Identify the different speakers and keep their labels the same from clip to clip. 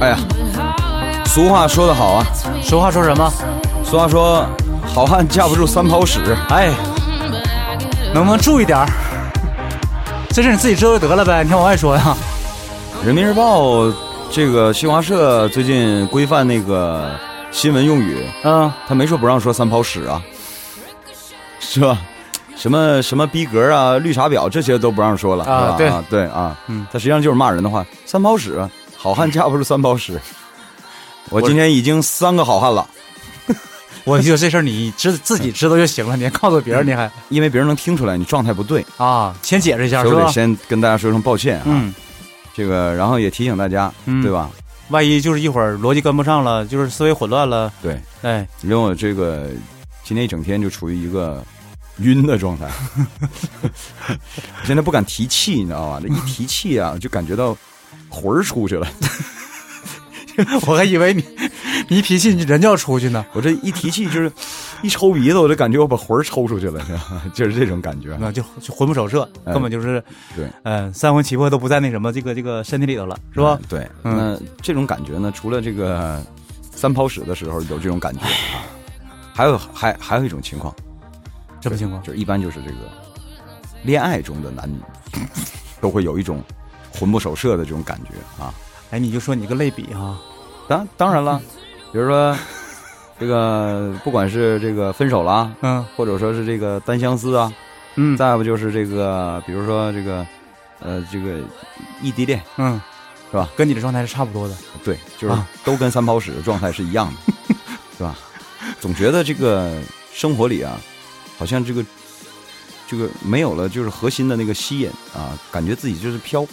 Speaker 1: 哎呀，俗话说得好啊，
Speaker 2: 俗话说什么？
Speaker 1: 俗话说，好汉架不住三泡屎。
Speaker 2: 哎，能不能注意点儿？这事你自己知道就得了呗，你还往外说呀？
Speaker 1: 人民日报这个新华社最近规范那个新闻用语，
Speaker 2: 嗯，
Speaker 1: 他没说不让说三泡屎啊，是吧？什么什么逼格啊、绿茶婊这些都不让说了，
Speaker 2: 啊
Speaker 1: 是吧啊对啊，
Speaker 2: 嗯
Speaker 1: 他实际上就是骂人的话，三泡屎，好汉架不住三泡屎。我今天已经三个好汉了，
Speaker 2: 我就这事儿你知自己知道就行了，你还告诉别
Speaker 1: 嗯
Speaker 2: 人，你还
Speaker 1: 因为别人能听出来你状态不对，
Speaker 2: 啊？先解释一下
Speaker 1: 所以
Speaker 2: 是
Speaker 1: 我得
Speaker 2: 吧？
Speaker 1: 先跟大家说声抱歉啊。
Speaker 2: 嗯，
Speaker 1: 这个，然后也提醒大家，
Speaker 2: 嗯
Speaker 1: 对吧？
Speaker 2: 万一就是一会儿逻辑跟不上了，就是思维混乱了，
Speaker 1: 对，
Speaker 2: 哎，
Speaker 1: 因为我这个今天一整天就处于一个晕的 状态，现在不敢提气，你知道吧？这一提气啊，就感觉到魂儿出去了。
Speaker 2: 我还以为你你一提气你人就要出去呢，
Speaker 1: 我这一提气就是一抽鼻子，我就感觉我把魂儿抽出去了， 就是这种感觉。
Speaker 2: 那就就魂不守舍，
Speaker 1: 哎
Speaker 2: 根本就是
Speaker 1: 对，
Speaker 2: 嗯，三魂七魄都不在那什么这个这个身体里头了，是吧？
Speaker 1: 嗯？对，
Speaker 2: 嗯
Speaker 1: 那这种感觉呢，除了这个三泡屎的时候有这种感觉啊，还有还还有一种情况，哎
Speaker 2: 什么情况？
Speaker 1: 就是一般就是这个恋爱中的男女都会有一种魂不守舍的这种感觉啊。
Speaker 2: 哎，你就说你个类比哈、
Speaker 1: 当当然了，比如说这个不管是这个分手啦，
Speaker 2: 嗯
Speaker 1: 或者说是这个单相思啊，
Speaker 2: 嗯
Speaker 1: 再不就是这个比如说这个呃这个异地恋，
Speaker 2: 嗯，
Speaker 1: 是吧？
Speaker 2: 跟你的状态是差不多的，
Speaker 1: 对，就是
Speaker 2: 啊
Speaker 1: 都跟三泡屎的状态是一样 的，是吧？总觉得这个生活里啊，好像这个这个没有了就是核心的那个吸引啊，感觉自己就是飘，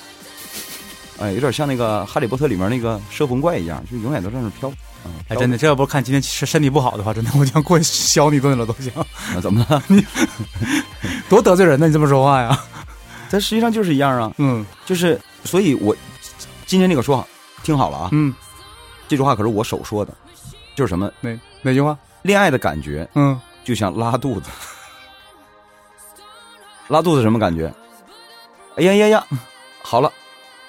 Speaker 1: 哎，有点像那个《哈利波特》里面那个摄魂怪一样，就永远都在那儿飘。啊，
Speaker 2: 哎，真的，这要不是看今天身身体不好的话，真的我就想过去削你一顿了都行，
Speaker 1: 的怎么了？
Speaker 2: 多得罪人呢！你这么说话呀？
Speaker 1: 它实际上就是一样啊，
Speaker 2: 嗯
Speaker 1: 就是所以我今天这个说法听好了啊，
Speaker 2: 嗯，
Speaker 1: 这句话可是我手说的，就是什么
Speaker 2: 哪哪句话？
Speaker 1: 恋爱的感觉
Speaker 2: 嗯，
Speaker 1: 就像拉肚子，拉肚子什么感觉？哎呀呀呀！好了，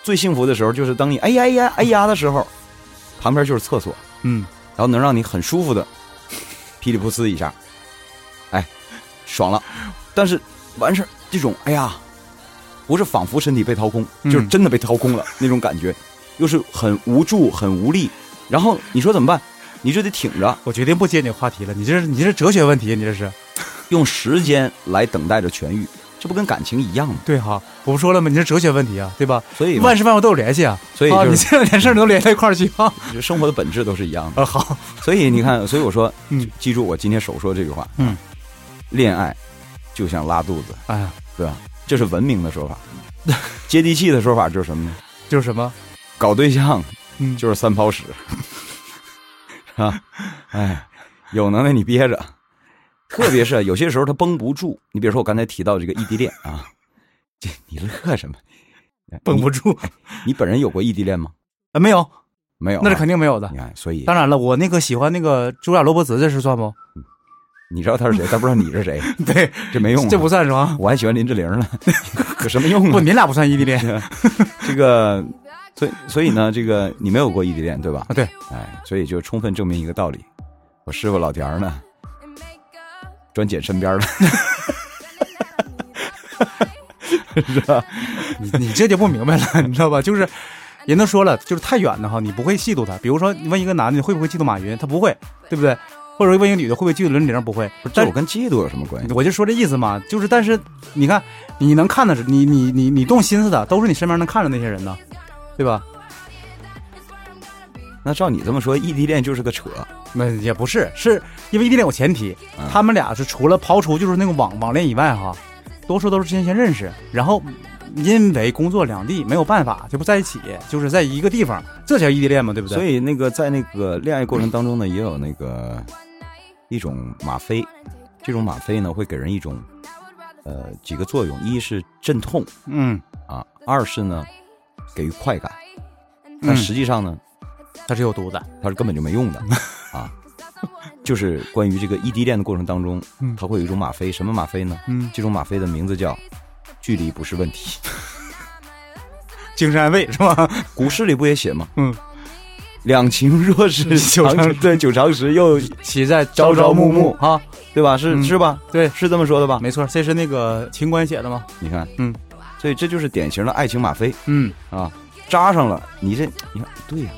Speaker 1: 最幸福的时候就是当你哎呀哎呀哎呀的时候，旁边就是厕所，
Speaker 2: 嗯，
Speaker 1: 然后能让你很舒服的噼里噗呲一下，哎，爽了。但是完事儿这种哎呀，不是仿佛身体被掏空，
Speaker 2: 嗯
Speaker 1: 就是真的被掏空了、那种感觉，又是很无助、很无力。然后你说怎么办？你就得挺着，
Speaker 2: 我决定不接你话题了。你这是你这是哲学问题，你这是
Speaker 1: 用时间来等待着痊愈，这不跟感情一样吗？
Speaker 2: 对哈？我不说了吗？你这是哲学问题啊，对吧？
Speaker 1: 所以嘛
Speaker 2: 万事万物都有联系啊，
Speaker 1: 所以
Speaker 2: 啊，
Speaker 1: 就
Speaker 2: 你
Speaker 1: 是
Speaker 2: 这两件事儿都联系到一块儿去啊。
Speaker 1: 就生活的本质都是一样的。
Speaker 2: 啊，好，
Speaker 1: 所以你看，所以我说，
Speaker 2: 嗯
Speaker 1: 记住我今天手说这句话，
Speaker 2: 嗯，
Speaker 1: 恋爱就像拉肚子，
Speaker 2: 哎呀，
Speaker 1: 对吧？这是文明的说法，
Speaker 2: 嗯
Speaker 1: 接地气的说法就是什么呢？
Speaker 2: 就是什么，
Speaker 1: 搞对象
Speaker 2: 嗯，
Speaker 1: 就是三泡屎， 是吧？哎，有能耐你憋着。特别是有些时候他绷不住，你比如说我刚才提到这个异地恋啊，这你乐什么？
Speaker 2: 绷不住
Speaker 1: 你本人有过异地恋吗？
Speaker 2: 啊，没有，
Speaker 1: 没有啊、
Speaker 2: 那是肯定没有的
Speaker 1: 你。看，所以
Speaker 2: 当然了，我那个喜欢那个茱莉亚·罗伯茨，这是算不？
Speaker 1: 你知道他是谁，但不知道你是 谁，
Speaker 2: 对，
Speaker 1: 这没用、啊。
Speaker 2: 这不算是吧？
Speaker 1: 我还喜欢林志玲 呢，有什么用
Speaker 2: 不，
Speaker 1: 啊？
Speaker 2: 你俩不算异地 恋
Speaker 1: 这个，所以所以呢，这个你没有过异地恋对吧
Speaker 2: 啊？？对，
Speaker 1: 哎，所以就充分证明一个道理，我师傅老田儿呢，专捡身边的，
Speaker 2: 你你这就不明白了， 你知道吧？就是人都说了，就是太远的哈，你不会嫉妒他。比如说，你问一个男的你会不会嫉妒马云，他不会，对不对？或者问一个女的会不会嫉妒林志玲，不会。
Speaker 1: 这
Speaker 2: 但
Speaker 1: 我跟嫉妒有什么关系？
Speaker 2: 我就说这意思嘛，就是但是你看，你能看的是你你你你动心思的，都是你身边能看着那些人呢，对吧？
Speaker 1: 那照你这么说，异地恋就是个扯，
Speaker 2: 那也不是，是因为异地恋有前提
Speaker 1: 嗯，
Speaker 2: 他们俩是除了刨除就是那个网网恋以外哈，多数都是之前先认识，然后因为工作两地没有办法就不在一起，就是在一个地方，这叫异地恋嘛，对不对？
Speaker 1: 所以那个在那个恋爱过程当中呢，也有那个一种吗啡，这种吗啡呢会给人一种呃几个作用，一是镇痛
Speaker 2: 嗯
Speaker 1: 啊，二是呢给予快感，
Speaker 2: 嗯
Speaker 1: 但实际上呢，
Speaker 2: 它是有毒的，
Speaker 1: 它是根本就没用 的啊。就是关于这个异地恋的过程当中
Speaker 2: 嗯，
Speaker 1: 它会有一种吗啡，什么吗啡呢？
Speaker 2: 嗯，
Speaker 1: 这种吗啡的名字叫“距离不是问题
Speaker 2: 精神安慰是 吧？”。
Speaker 1: 古诗里不也写吗？
Speaker 2: 嗯，
Speaker 1: 两情若 是
Speaker 2: 久长
Speaker 1: 长对久长时，又
Speaker 2: 其在
Speaker 1: 朝朝暮暮
Speaker 2: 啊，
Speaker 1: 对吧？是
Speaker 2: 嗯
Speaker 1: 是吧？
Speaker 2: 对
Speaker 1: 是这么说的吧？
Speaker 2: 没错，这是那个秦观写的吗？
Speaker 1: 你看，
Speaker 2: 嗯，
Speaker 1: 所以这就是典型的爱情吗啡
Speaker 2: 嗯，
Speaker 1: 啊，扎上了，你这你看，对呀、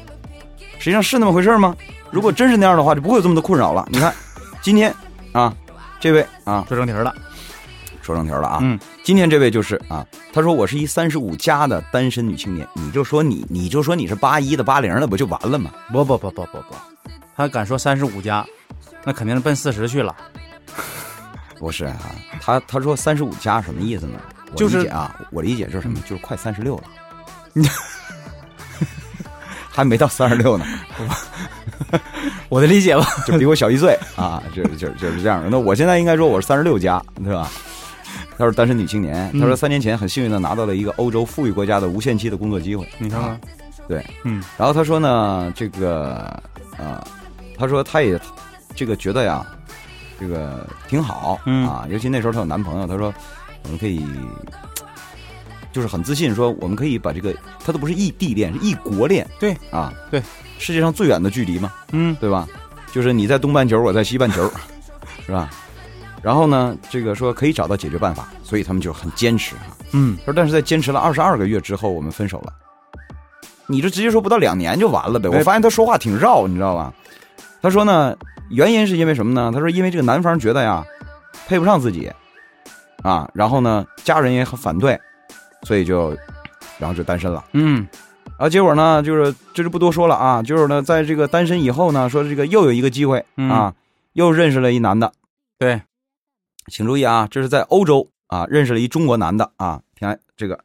Speaker 1: 实际上是那么回事吗？
Speaker 2: 嗯
Speaker 1: 如果真是那样的话，就不会有这么多困扰了。你 看，今天啊，这位啊，
Speaker 2: 说正题儿了，
Speaker 1: 说正题儿了啊，
Speaker 2: 嗯，
Speaker 1: 今天这位就是啊，他说我是一三十五加的单身女青年，你就说你，你就说你是八一的、八零的，不就完了吗？
Speaker 2: 不不不不不不，他敢说三十五加，那肯定是奔四十去了。
Speaker 1: 不是啊，他他说三十五加什么意思呢？我
Speaker 2: 就是嗯
Speaker 1: 理解啊，我理解就是什么，就是快三十六了， 还没到三十六呢，
Speaker 2: 我的理解吧，
Speaker 1: 就比我小一岁啊，就是就是就是这样的。那我现在应该说我是三十六加，对吧？她是单身女青年，她说
Speaker 2: 嗯
Speaker 1: 三年前很幸运的拿到了一个欧洲富裕国家的无限期的工作机会。
Speaker 2: 你看看，
Speaker 1: 对，
Speaker 2: 嗯
Speaker 1: 然后她说呢，这个呃，她说她也这个觉得呀，这个挺好、
Speaker 2: 嗯
Speaker 1: 啊，尤其那时候她有男朋友，她说我们可以。就是很自信，说我们可以把这个，她都不是异地恋，是异国恋。
Speaker 2: 对
Speaker 1: 啊，
Speaker 2: 对，
Speaker 1: 世界上最远的距离嘛，
Speaker 2: 嗯，
Speaker 1: 对吧？就是你在东半球，我在西半球， 是吧？然后呢，这个说可以找到解决办法，所以他们就很坚持啊。
Speaker 2: 嗯，
Speaker 1: 说但是在坚持了二十二个月之后，我们分手了。你这直接说不到两年就完了呗？
Speaker 2: 对
Speaker 1: 我发现他说话挺绕，你知道吧？他说呢，原因是因为什么呢？他说因为这个男方觉得呀，配不上自己，啊，然后呢，家人也很反对，所以就，然后就单身了。
Speaker 2: 嗯，
Speaker 1: 啊，结果呢，就是这就不多说了啊。就是呢，在这个单身以后呢，说这个又有一个机会、
Speaker 2: 嗯
Speaker 1: 啊，又认识了一男的。
Speaker 2: 对，
Speaker 1: 请注意啊，这是在欧洲啊，认识了一中国男的啊，挺爱这个。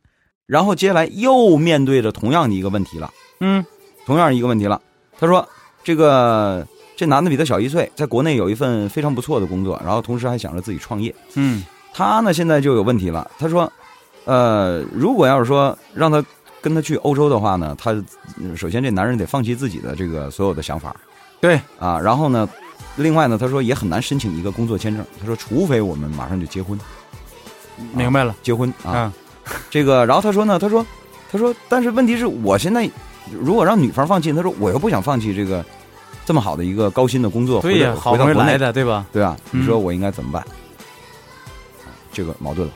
Speaker 1: 然后接下来又面对着同样的一个问题了，
Speaker 2: 嗯
Speaker 1: 同样一个问题了。他说，这个这男的比他小一岁，在国内有一份非常不错的工作，然后同时还想着自己创业。
Speaker 2: 嗯
Speaker 1: 他呢现在就有问题了。他说，呃，如果要是说让他跟他去欧洲的话呢，他呃首先这男人得放弃自己的这个所有的想法，
Speaker 2: 对
Speaker 1: 啊，然后呢，另外呢，他说也很难申请一个工作签证。他说，除非我们马上就结婚，
Speaker 2: 明白了，
Speaker 1: 结婚啊，
Speaker 2: 嗯
Speaker 1: 这个，然后他说呢，他说，他说，但是问题是我现在如果让女方放弃，他说我又不想放弃这个这么好的一个高薪的工作，
Speaker 2: 对
Speaker 1: 回
Speaker 2: 呀，
Speaker 1: 到
Speaker 2: 好
Speaker 1: 回
Speaker 2: 不
Speaker 1: 到
Speaker 2: 容易
Speaker 1: 国
Speaker 2: 来
Speaker 1: 内
Speaker 2: 的，对吧？
Speaker 1: 对啊，
Speaker 2: 嗯
Speaker 1: 你说我应该怎么办？啊这个矛盾了，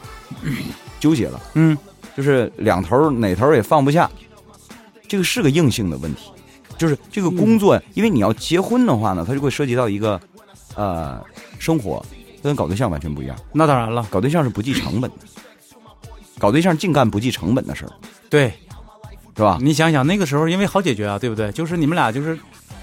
Speaker 1: 纠结了，
Speaker 2: 嗯，
Speaker 1: 就是两头儿哪头儿也放不下，这个是个硬性的问题。就是这个工
Speaker 2: 嗯
Speaker 1: 作，因为你要结婚的话呢，它就会涉及到一个，呃，生活跟搞对象完全不一样。
Speaker 2: 那当然了，
Speaker 1: 搞对象是不计成本的，搞对象净干不计成本的事儿，
Speaker 2: 对
Speaker 1: 是吧？
Speaker 2: 啊你想想那个时候，因为好解决啊，对不对？就是你们俩就是，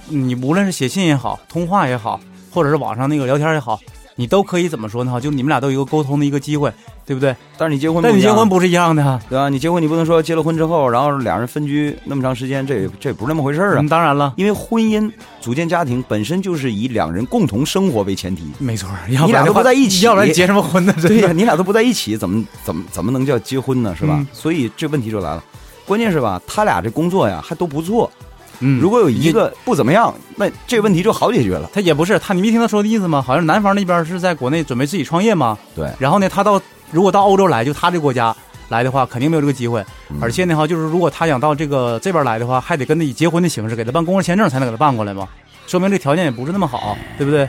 Speaker 2: 你无论是写信也好，通话也好，或者是网上那个聊天也好，你都可以怎么说呢？哈，就你们俩都有一个沟通的一个机会，对不对？
Speaker 1: 但是你结婚不一
Speaker 2: 但
Speaker 1: 样，
Speaker 2: 你结婚不是一样的啊？
Speaker 1: 对吧？你结婚你不能说结了婚之后，然后俩人分居那么长时间，这也这也不是那么回事儿啊
Speaker 2: 嗯。当然了，
Speaker 1: 因为婚姻组建家庭本身就是以两人共同生活为前提。
Speaker 2: 没错，要
Speaker 1: 你俩
Speaker 2: 然
Speaker 1: 都
Speaker 2: 的
Speaker 1: 不
Speaker 2: 话
Speaker 1: 在一起
Speaker 2: 要不然结什么婚呢？
Speaker 1: 对
Speaker 2: 真
Speaker 1: 呀、
Speaker 2: 的，
Speaker 1: 你俩都不在一起，怎么怎么怎么能叫结婚呢？是吧？
Speaker 2: 嗯
Speaker 1: 所以这问题就来了。关键是吧，他俩这工作呀还都不错，
Speaker 2: 嗯
Speaker 1: 如果有一个不怎么样，那这问题就好解决了。
Speaker 2: 他也不是他，你没听他说的意思吗？好像男方那边是在国内准备自己创业嘛，
Speaker 1: 对
Speaker 2: 然后呢，他到如果到欧洲来，就他这国家来的话，肯定没有这个机会。
Speaker 1: 嗯
Speaker 2: 而且呢，哈，就是如果他想到这个这边来的话，还得跟他以结婚的形式给他办工作签证才能给他办过来嘛，说明这条件也不是那么好，对不对？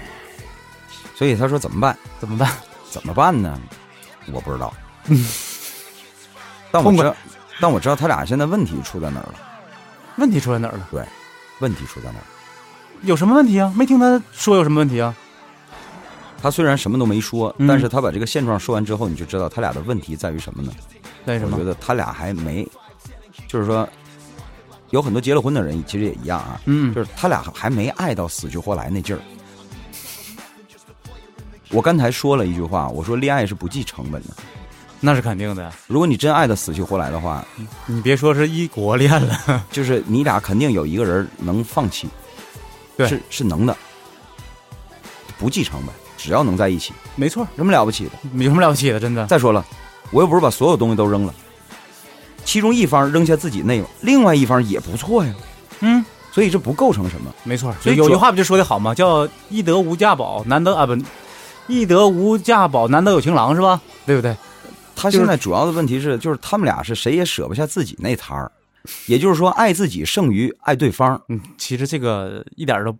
Speaker 1: 所以他说怎么办？
Speaker 2: 怎么办？
Speaker 1: 怎么办呢？我不知道。但我
Speaker 2: 痛
Speaker 1: 知
Speaker 2: 快
Speaker 1: 道，但我知道他俩现在问题出在哪儿了。
Speaker 2: 问题出在哪儿了？
Speaker 1: 问题出在哪儿？
Speaker 2: 有什么问题啊？没听他说有什么问题啊？
Speaker 1: 他虽然什么都没说，
Speaker 2: 嗯
Speaker 1: 但是他把这个现状说完之后，你就知道他俩的问题在于什么呢？
Speaker 2: 为什
Speaker 1: 我
Speaker 2: 么
Speaker 1: 觉？得他俩还没，就是说，有很多结了婚的人其实也一样啊，
Speaker 2: 嗯，
Speaker 1: 就是他俩还没爱到死去活来那劲儿。我刚才说了一句话，我说恋爱是不计成本的。
Speaker 2: 那是肯定的。
Speaker 1: 如果你真爱的死去活来的话，
Speaker 2: 你别说是异国恋了，
Speaker 1: 就是你俩肯定有一个人能放弃，
Speaker 2: 对
Speaker 1: 是是能的，不计成本，只要能在一起，
Speaker 2: 没错，
Speaker 1: 有什么了不起的？
Speaker 2: 嗯有什么了不起的？真的，
Speaker 1: 再说了，我又不是把所有东西都扔了，其中一方扔下自己那，另外一方也不错呀，
Speaker 2: 嗯，
Speaker 1: 所以这不构成什么。
Speaker 2: 没错。
Speaker 1: 所以
Speaker 2: 有
Speaker 1: 主
Speaker 2: 句话不就说的好吗？叫“易得无价宝，难得啊不，易得无价宝，难得有情郎”是吧？对不对？
Speaker 1: 他
Speaker 2: 就是
Speaker 1: 现在主要的问题是，就是他们俩是谁也舍不下自己那摊儿，也就是说，爱自己胜于爱对方，
Speaker 2: 嗯，其实这个一点儿都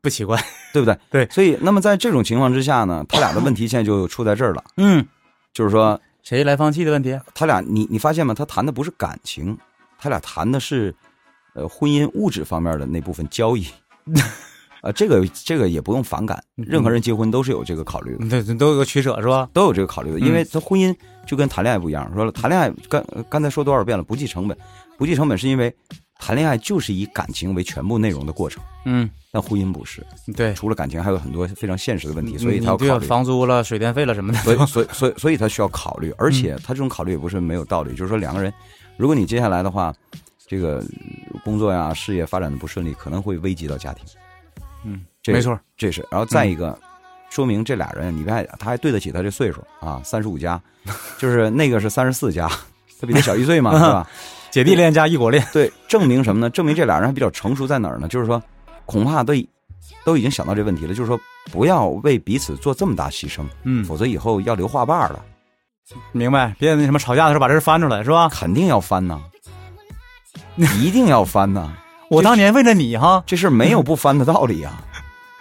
Speaker 2: 不奇怪。
Speaker 1: 对不对？
Speaker 2: 对
Speaker 1: 所以，那么在这种情况之下呢，他俩的问题现在就出在这儿了，
Speaker 2: 嗯，
Speaker 1: 就是说，
Speaker 2: 谁来放弃的问题？啊
Speaker 1: 他俩，你你发现吗？他谈的不是感情，他俩谈的是，呃，婚姻物质方面的那部分交 易。啊，这个这个也不用反感，任何人结婚都是有这个考虑的，
Speaker 2: 嗯对，都有个取舍是吧？
Speaker 1: 都有这个考虑的，
Speaker 2: 嗯
Speaker 1: 因为他婚姻就跟谈恋爱不一样。说了，谈恋爱刚刚才说多少遍了，不计成本，不计成本是因为谈恋爱就是以感情为全部内容的过程，
Speaker 2: 嗯，
Speaker 1: 但婚姻不是，
Speaker 2: 对。
Speaker 1: 除了感情还有很多非常现实的问题，所以他
Speaker 2: 你
Speaker 1: 要
Speaker 2: 对
Speaker 1: 考
Speaker 2: 啊
Speaker 1: 虑。
Speaker 2: 房租了、水电费了什么的。
Speaker 1: 所以，所以，所以，所以他需要考虑，而
Speaker 2: 嗯
Speaker 1: 且他这种考虑也不是没有道理。就是说，两个人，如果你接下来的话，这个呃工作呀、事业发展的不顺利，可能会危及到家庭，
Speaker 2: 嗯，
Speaker 1: 这
Speaker 2: 没错。
Speaker 1: 这是。然后再一个，说明这俩人，你还他还对得起他这岁数啊，三十五加，就是那个是三十四加，他比他小一岁嘛，是吧？
Speaker 2: 姐弟恋加异国恋，
Speaker 1: 对，证明什么呢？证明这俩人还比较成熟在哪儿呢？就是说，恐怕都已都已经想到这问题了，就是说，不要为彼此做这么大牺牲，
Speaker 2: 嗯，
Speaker 1: 否则以后要留话把了，
Speaker 2: 明白。别那什么吵架的时候把这事翻出来是吧？
Speaker 1: 肯定要翻呐，一定要翻呐！
Speaker 2: 我当年为了你哈，
Speaker 1: 这事儿没有不翻的道理 啊，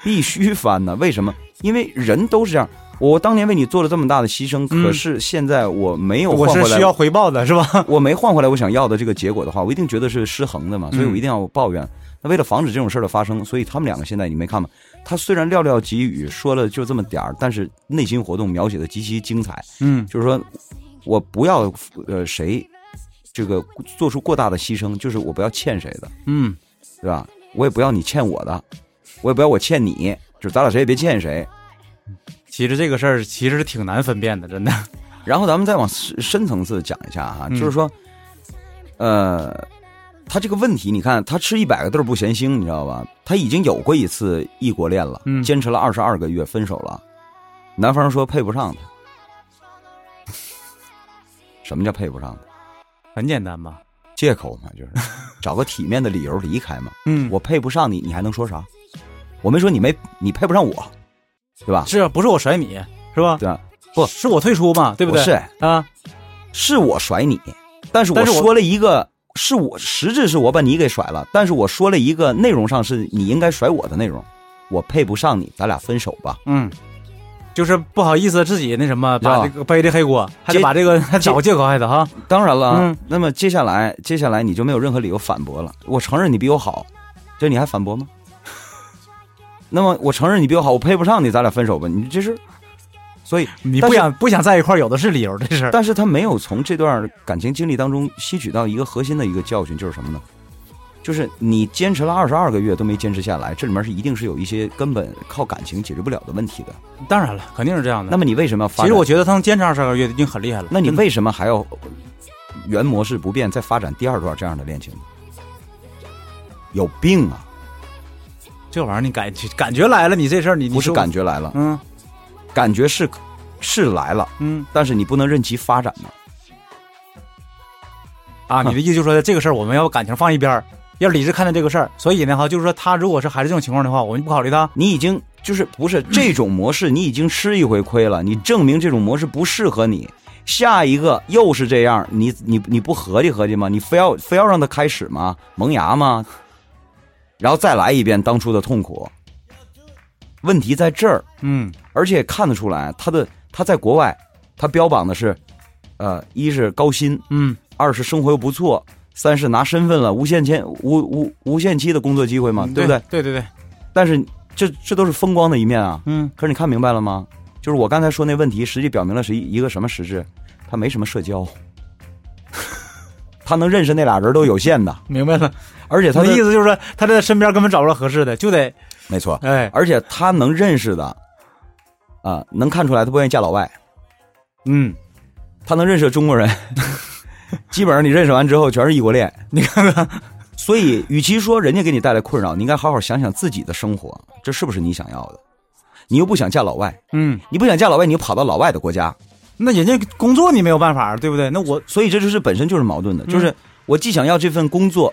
Speaker 1: 必须翻呐！为什么？因为人都是这样。我当年为你做了这么大的牺牲，
Speaker 2: 嗯
Speaker 1: 可是现在我没有
Speaker 2: 我
Speaker 1: 换
Speaker 2: 是
Speaker 1: 回来，
Speaker 2: 需要回报的是吧？
Speaker 1: 我没换回来我想要的这个结果的话，我一定觉得是失衡的嘛，
Speaker 2: 嗯
Speaker 1: 所以我一定要抱怨。那为了防止这种事儿的发生，所以他们两个现在你没看吗？他虽然寥寥几语说了就这么点儿，但是内心活动描写的极其精彩。
Speaker 2: 嗯，
Speaker 1: 就是说我不要呃谁这个做出过大的牺牲，就是我不要欠谁的，
Speaker 2: 嗯，
Speaker 1: 对吧？我也不要你欠我的，我也不要我欠你，就是咱俩谁也别欠谁。
Speaker 2: 其实这个事儿其实是挺难分辨的，真的。
Speaker 1: 然后咱们再往深深层次讲一下哈、
Speaker 2: 嗯
Speaker 1: 就是说，呃，他这个问题，你看他吃一百个豆儿不嫌腥，你知道吧？他已经有过一次异国恋了，
Speaker 2: 嗯
Speaker 1: 坚持了二十二个月，分手了。男方说配不上他，什么叫配不上他？
Speaker 2: 很简单吧？
Speaker 1: 借口嘛，就是找个体面的理由离开嘛。
Speaker 2: 嗯
Speaker 1: 我配不上你，你还能说啥？我没说你没你配不上我，对吧？
Speaker 2: 是啊不是我甩你是吧？
Speaker 1: 对吧？不
Speaker 2: 是我退出嘛，对不
Speaker 1: 不
Speaker 2: 对？
Speaker 1: 是
Speaker 2: 啊，
Speaker 1: 是我甩你，但是我
Speaker 2: 但是我
Speaker 1: 说了一个，是我实质是我把你给甩了，但是我说了一个内容上是你应该甩我的内容，我配不上你，咱俩分手吧。
Speaker 2: 嗯，就是不好意思自己那什么，把
Speaker 1: 啊
Speaker 2: 这个背这黑锅，还得
Speaker 1: 接
Speaker 2: 把这个还
Speaker 1: 接
Speaker 2: 找个借口还得哈。
Speaker 1: 当然了啊，
Speaker 2: 嗯
Speaker 1: 那么接下来接下来你就没有任何理由反驳了。我承认你比我好，这你还反 驳吗？那么我承认你比我好，我配不上你，咱俩分手吧。你这是，所以
Speaker 2: 你
Speaker 1: 但
Speaker 2: 不
Speaker 1: 是
Speaker 2: 想不想在一块儿，有的是理由，这事儿。
Speaker 1: 但是他没有从这段感情经历当中吸取到一个核心的一个教训，就是什么呢？就是你坚持了二十二个月都没坚持下来，这里面是一定是有一些根本靠感情解决不了的问题的。
Speaker 2: 当然了，肯定是这样的。
Speaker 1: 那么你为什么要发
Speaker 2: 嗯
Speaker 1: 展？
Speaker 2: 其实我觉得他能坚持二十二个月已经很厉害了。
Speaker 1: 那你
Speaker 2: 真的
Speaker 1: 为什么还要原模式不变再发展第二段这样的恋情呢？有病啊！
Speaker 2: 这玩意儿你感感觉来了，你这事儿你
Speaker 1: 不是，
Speaker 2: 你
Speaker 1: 感觉来了
Speaker 2: 说，嗯
Speaker 1: 感觉是是来了，
Speaker 2: 嗯
Speaker 1: 但是你不能任其发展呢。
Speaker 2: 啊，你的意思就是说这个事儿我们要把感情放一边儿，要理智看待这个事儿。所以呢哈，就是说他如果是还是这种情况的话，我们就不考虑他。
Speaker 1: 你已经就是不是这种模式，你已经吃一回亏了，你证明这种模式不适合你。下一个又是这样，你你你不合计合计吗？你非要非要让它开始吗？萌芽吗？然后再来一遍当初的痛苦。问题在这儿，
Speaker 2: 嗯
Speaker 1: 而且看得出来，他的他在国外，他标榜的是，呃，一是高薪，
Speaker 2: 嗯，
Speaker 1: 二是生活又不错，三是拿身份了，无限签无无无限期的工作机会嘛，对不对？
Speaker 2: 啊嗯对对对，
Speaker 1: 但是这这都是风光的一面啊。
Speaker 2: 嗯，
Speaker 1: 可是你看明白了吗？就是我刚才说那问题，实际表明了是一一个什么实质？他没什么社交， 他能认识那俩人都有限的，
Speaker 2: 明白了。
Speaker 1: 而且
Speaker 2: 他
Speaker 1: 他
Speaker 2: 的意
Speaker 1: 思
Speaker 2: 思就是说他在身边根本找不着合适的，就得
Speaker 1: 没错，
Speaker 2: 哎
Speaker 1: 而且他能认识的，啊、啊能看出来他不愿意嫁老外，
Speaker 2: 嗯，
Speaker 1: 他能认识中国人， 基本上你认识完之后全是异国恋， 你看看。所以，与其说人家给你带来困扰，你应该好好想想自己的生活，这是不是你想要的？你又不想嫁老外，
Speaker 2: 嗯
Speaker 1: 你不想嫁老外，你就跑到老外的国家，
Speaker 2: 那人家工作你没有办法，对不对？那我
Speaker 1: 所以这就是本身就是矛盾的，
Speaker 2: 嗯
Speaker 1: 就是我既想要这份工作，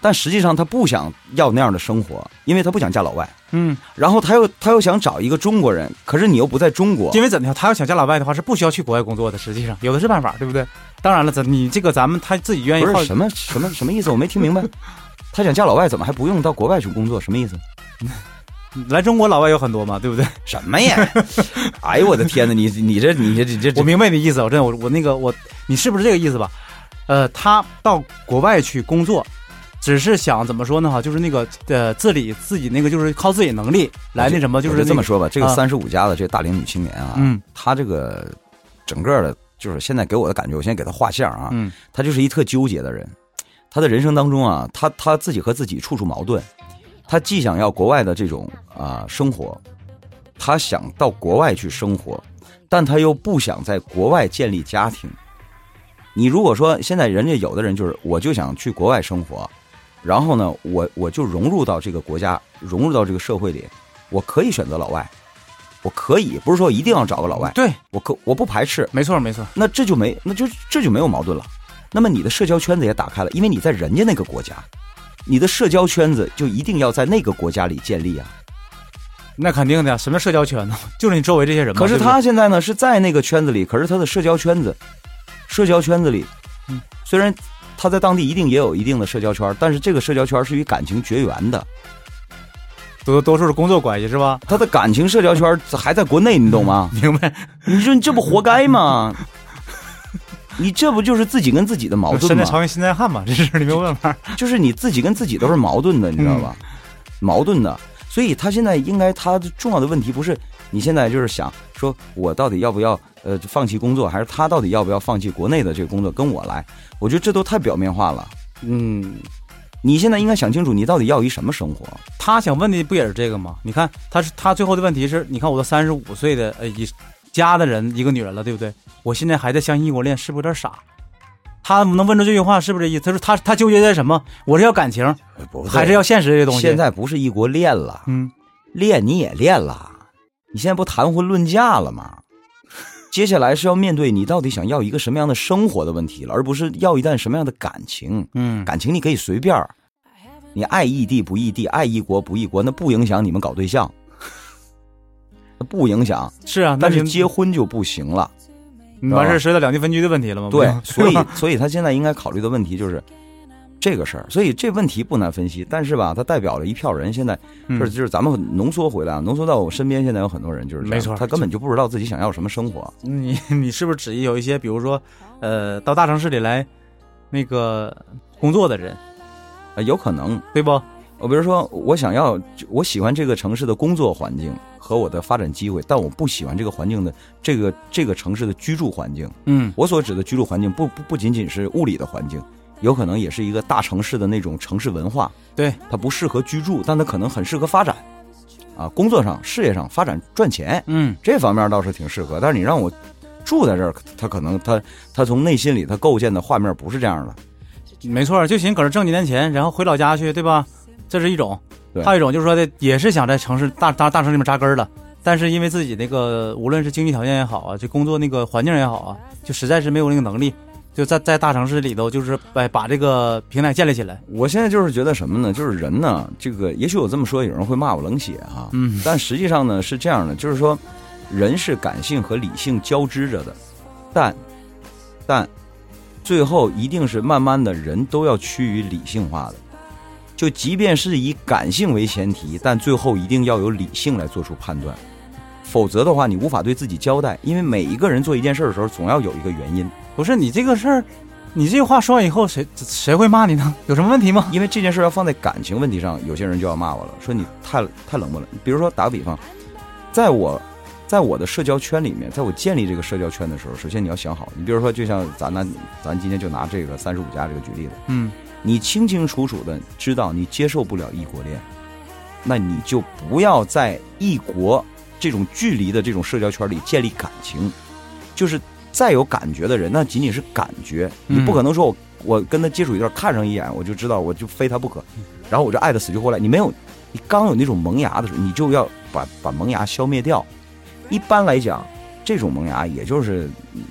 Speaker 1: 但实际上他不想要那样的生活，因为他不想嫁老外。
Speaker 2: 嗯，
Speaker 1: 然后他又他又想找一个中国人，可是你又不在中国，
Speaker 2: 因为怎的，他要想嫁老外的话是不需要去国外工作的，实际上有的是办法，对不对？当然了，咱你这个咱们他自己愿意
Speaker 1: 不
Speaker 2: 靠
Speaker 1: 是什么什么什么意思？我没听明 白。他想嫁老外，怎么还不用到国外去工作？什么意思？
Speaker 2: 来中国老外有很多嘛，对不对？
Speaker 1: 什么呀？ 哎呦我的天哪！你你这你这你这
Speaker 2: 我
Speaker 1: 这
Speaker 2: 明白你意思，我真的我我那个我，你是不是这个意思吧？呃，他到国外去工作，只是想怎么说呢？哈，就是那个呃，自理自己那个，就是靠自己能力来那什么，就是
Speaker 1: 我
Speaker 2: 那个
Speaker 1: 这么说吧。这个
Speaker 2: 啊
Speaker 1: 三十五加的这个大龄女青年啊，
Speaker 2: 嗯
Speaker 1: 她这个整个的，就是现在给我的感觉，我现在给她画像啊，
Speaker 2: 嗯
Speaker 1: 他就是一特纠结的人。他的人生当中啊，他他自己和自己处处矛盾。他既想要国外的这种啊、生活，他想到国外去生活，但他又不想在国外建立家庭。你如果说现在人家有的人就是，我就想去国外生活，然后呢，我我就融入到这个国家，融入到这个社会里，我可以选择老外，我可以不是说一定要找个老外，
Speaker 2: 对，
Speaker 1: 我可我不排斥，
Speaker 2: 没错没错，
Speaker 1: 那这就没，那就这就没有矛盾了。那么你的社交圈子也打开了，因为你在人家那个国家，你的社交圈子就一定要在那个国家里建立啊。
Speaker 2: 那肯定的呀。什么社交圈呢？ 就是你周围这些人嘛。
Speaker 1: 可是
Speaker 2: 对不对
Speaker 1: 他现在呢是在那个圈子里，可是他的社交圈子，社交圈子里
Speaker 2: 嗯，
Speaker 1: 虽然他在当地一定也有一定的社交圈，但是这个社交圈是与感情绝缘的，
Speaker 2: 多多数是工作关系是吧？
Speaker 1: 他的感情社交圈还在国内，你懂吗？
Speaker 2: 嗯明白？
Speaker 1: 你说你这不活该吗？你这不就是自己跟自己的 矛盾
Speaker 2: 身在
Speaker 1: 吗？
Speaker 2: 朝鲜心在汉嘛，这是你没有办法。
Speaker 1: 就是你自己跟自己都是矛盾的，你知道吧？
Speaker 2: 嗯
Speaker 1: 矛盾的，所以他现在应该他的重要的问题不是你现在就是想说我到底要不要呃放弃工作，还是他到底要不要放弃国内的这个工作跟我来？我觉得这都太表面化了。
Speaker 2: 嗯，
Speaker 1: 你现在应该想清楚，你到底要一什么生活？
Speaker 2: 他想问的不也是这个吗？你看，他是他最后的问题是，你看我都三十五岁的呃一家的人一个女人了，对不对？我现在还在相信异国恋，是不是有点傻？他能问出这句话，是不是这意思？他说他他纠结在什么？我是要感情，还是要现实这些东西？
Speaker 1: 呃现在不是异国恋了，
Speaker 2: 嗯，
Speaker 1: 恋你也恋了，你现在不谈婚论嫁了吗？接下来是要面对你到底想要一个什么样的生活的问题了，而不是要一段什么样的感情。
Speaker 2: 嗯，
Speaker 1: 感情你可以随便儿，你爱异地不异地，爱异国不异国，那不影响你们搞对象，那不影响。
Speaker 2: 是啊，
Speaker 1: 但是
Speaker 2: 那就
Speaker 1: 结婚就不行了，
Speaker 2: 完事儿涉及到两地分居的问题了吗？，
Speaker 1: 对所 以所以他现在应该考虑的问题就是这个事儿，所以这问题不难分析，但是吧，它代表了一票人现在
Speaker 2: 嗯
Speaker 1: 就是就是咱们浓缩回来啊，浓缩到我身边现在有很多人就是这样
Speaker 2: 没错
Speaker 1: 他根本就不知道自己想要什么生活，
Speaker 2: 你你是不是指有一些，比如说，呃，到大城市里来那个工作的人，
Speaker 1: 呃有可能
Speaker 2: 对不？
Speaker 1: 我比如说，我想要，我喜欢这个城市的工作环境和我的发展机会，但我不喜欢这个环境的这个这个城市的居住环境。
Speaker 2: 嗯，
Speaker 1: 我所指的居住环境不，不不仅仅是物理的环境，有可能也是一个大城市的那种城市文化。
Speaker 2: 对，
Speaker 1: 它不适合居住，但它可能很适合发展，啊，工作上、事业上发展赚钱
Speaker 2: 嗯，
Speaker 1: 这方面倒是挺适合。但是你让我住在这儿，他可能他他从内心里他构建的画面不是这样的。
Speaker 2: 没错，就寻搁这挣几年钱，然后回老家去，对吧？这是一种，
Speaker 1: 对
Speaker 2: 还有一种就是说的，也是想在城市大大大城市里面扎根了，但是因为自己那个无论是经济条件也好啊，就工作那个环境也好啊，就实在是没有那个能力，就在在大城市里头，就是把把这个平台建立起来。
Speaker 1: 我现在就是觉得什么呢？就是人呢，这个也许我这么说，有人会骂我冷血啊，
Speaker 2: 嗯，
Speaker 1: 但实际上呢是这样的，就是说，人是感性和理性交织着的，但但最后一定是慢慢的人都要趋于理性化的，就即便是以感性为前提，但最后一定要有理性来做出判断，否则的话你无法对自己交代，因为每一个人做一件事儿的时候，总要有一个原因，
Speaker 2: 不是你这个事儿，你这话说完以后，谁谁会骂你呢？有什么问题吗？
Speaker 1: 因为这件事要放在感情问题上，有些人就要骂我了，说你太太冷漠了。比如说打个比方，在我在我的社交圈里面，在我建立这个社交圈的时候，首先你要想好，你比如说就像咱拿咱今天就拿这个三十五加这个举例子，
Speaker 2: 嗯，
Speaker 1: 你清清楚楚的知道你接受不了异国恋，那你就不要在异国这种距离的这种社交圈里建立感情，就是再有感觉的人，那仅仅是感觉，
Speaker 2: 嗯
Speaker 1: 你不可能说我我跟他接触一段，看上一眼我就知道我就非他不可，然后我就爱的死去活来。你没有，你刚有那种萌芽的时候，你就要把把萌芽消灭掉。一般来讲，这种萌芽也就是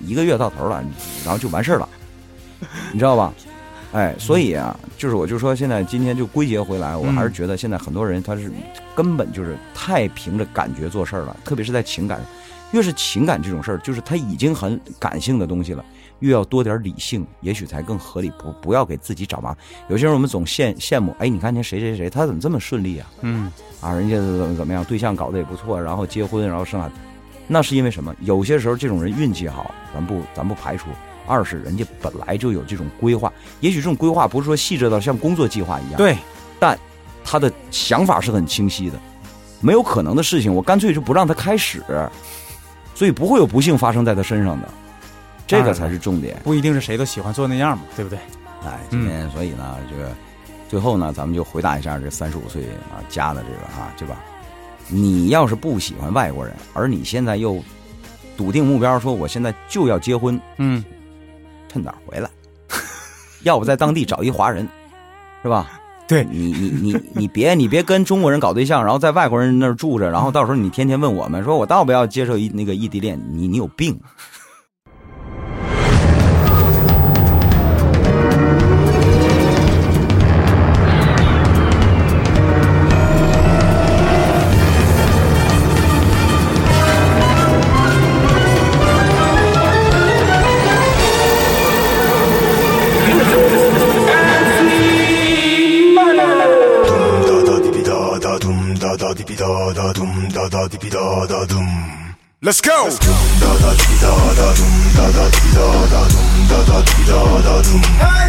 Speaker 1: 一个月到头了，然后就完事儿了，你知道吧？哎，所以啊，就是我就说现在今天就归结回来，我
Speaker 2: 嗯
Speaker 1: 还是觉得现在很多人他是根本就是太凭着感觉做事儿了，特别是在情感上，越是情感这种事儿，就是他已经很感性的东西了，越要多点理性，也许才更合理。不不要给自己找麻烦。有些人我们总羡羡慕，哎，你看见谁谁谁，他怎么这么顺利啊？
Speaker 2: 嗯
Speaker 1: 啊，人家怎么怎么样，对象搞得也不错，然后结婚，然后生孩子，那是因为什么？有些时候这种人运气好，咱不咱不排除。二是人家本来就有这种规划，也许这种规划不是说细致到像工作计划一样，，
Speaker 2: 对，
Speaker 1: 他的想法是很清晰的。没有可能的事情，我干脆就不让他开始，所以不会有不幸发生在他身上的，这个才是重点。
Speaker 2: 不一定是谁都喜欢做那样嘛，对不对？
Speaker 1: 哎，今天所以呢，这个最后呢，咱们就回答一下这三十五岁啊加的这个哈、对吧？你要是不喜欢外国人，而你现在又笃定目标说我现在就要结婚，
Speaker 2: 嗯，
Speaker 1: 趁早回来，要不在当地找一华人，是吧？
Speaker 2: 对
Speaker 1: 你你你你别你别跟中国人搞对象，然后在外国人那儿住着，然后到时候你天天问我们说，我倒不要接受一那个异地恋，你你有病。
Speaker 3: Dum da da di bi da da dum da da di bi da da dum da da di bi da da dum. Let's go. Dum da da di bi da da dum da da di bi da da dum da da di bi da da dum. Hey.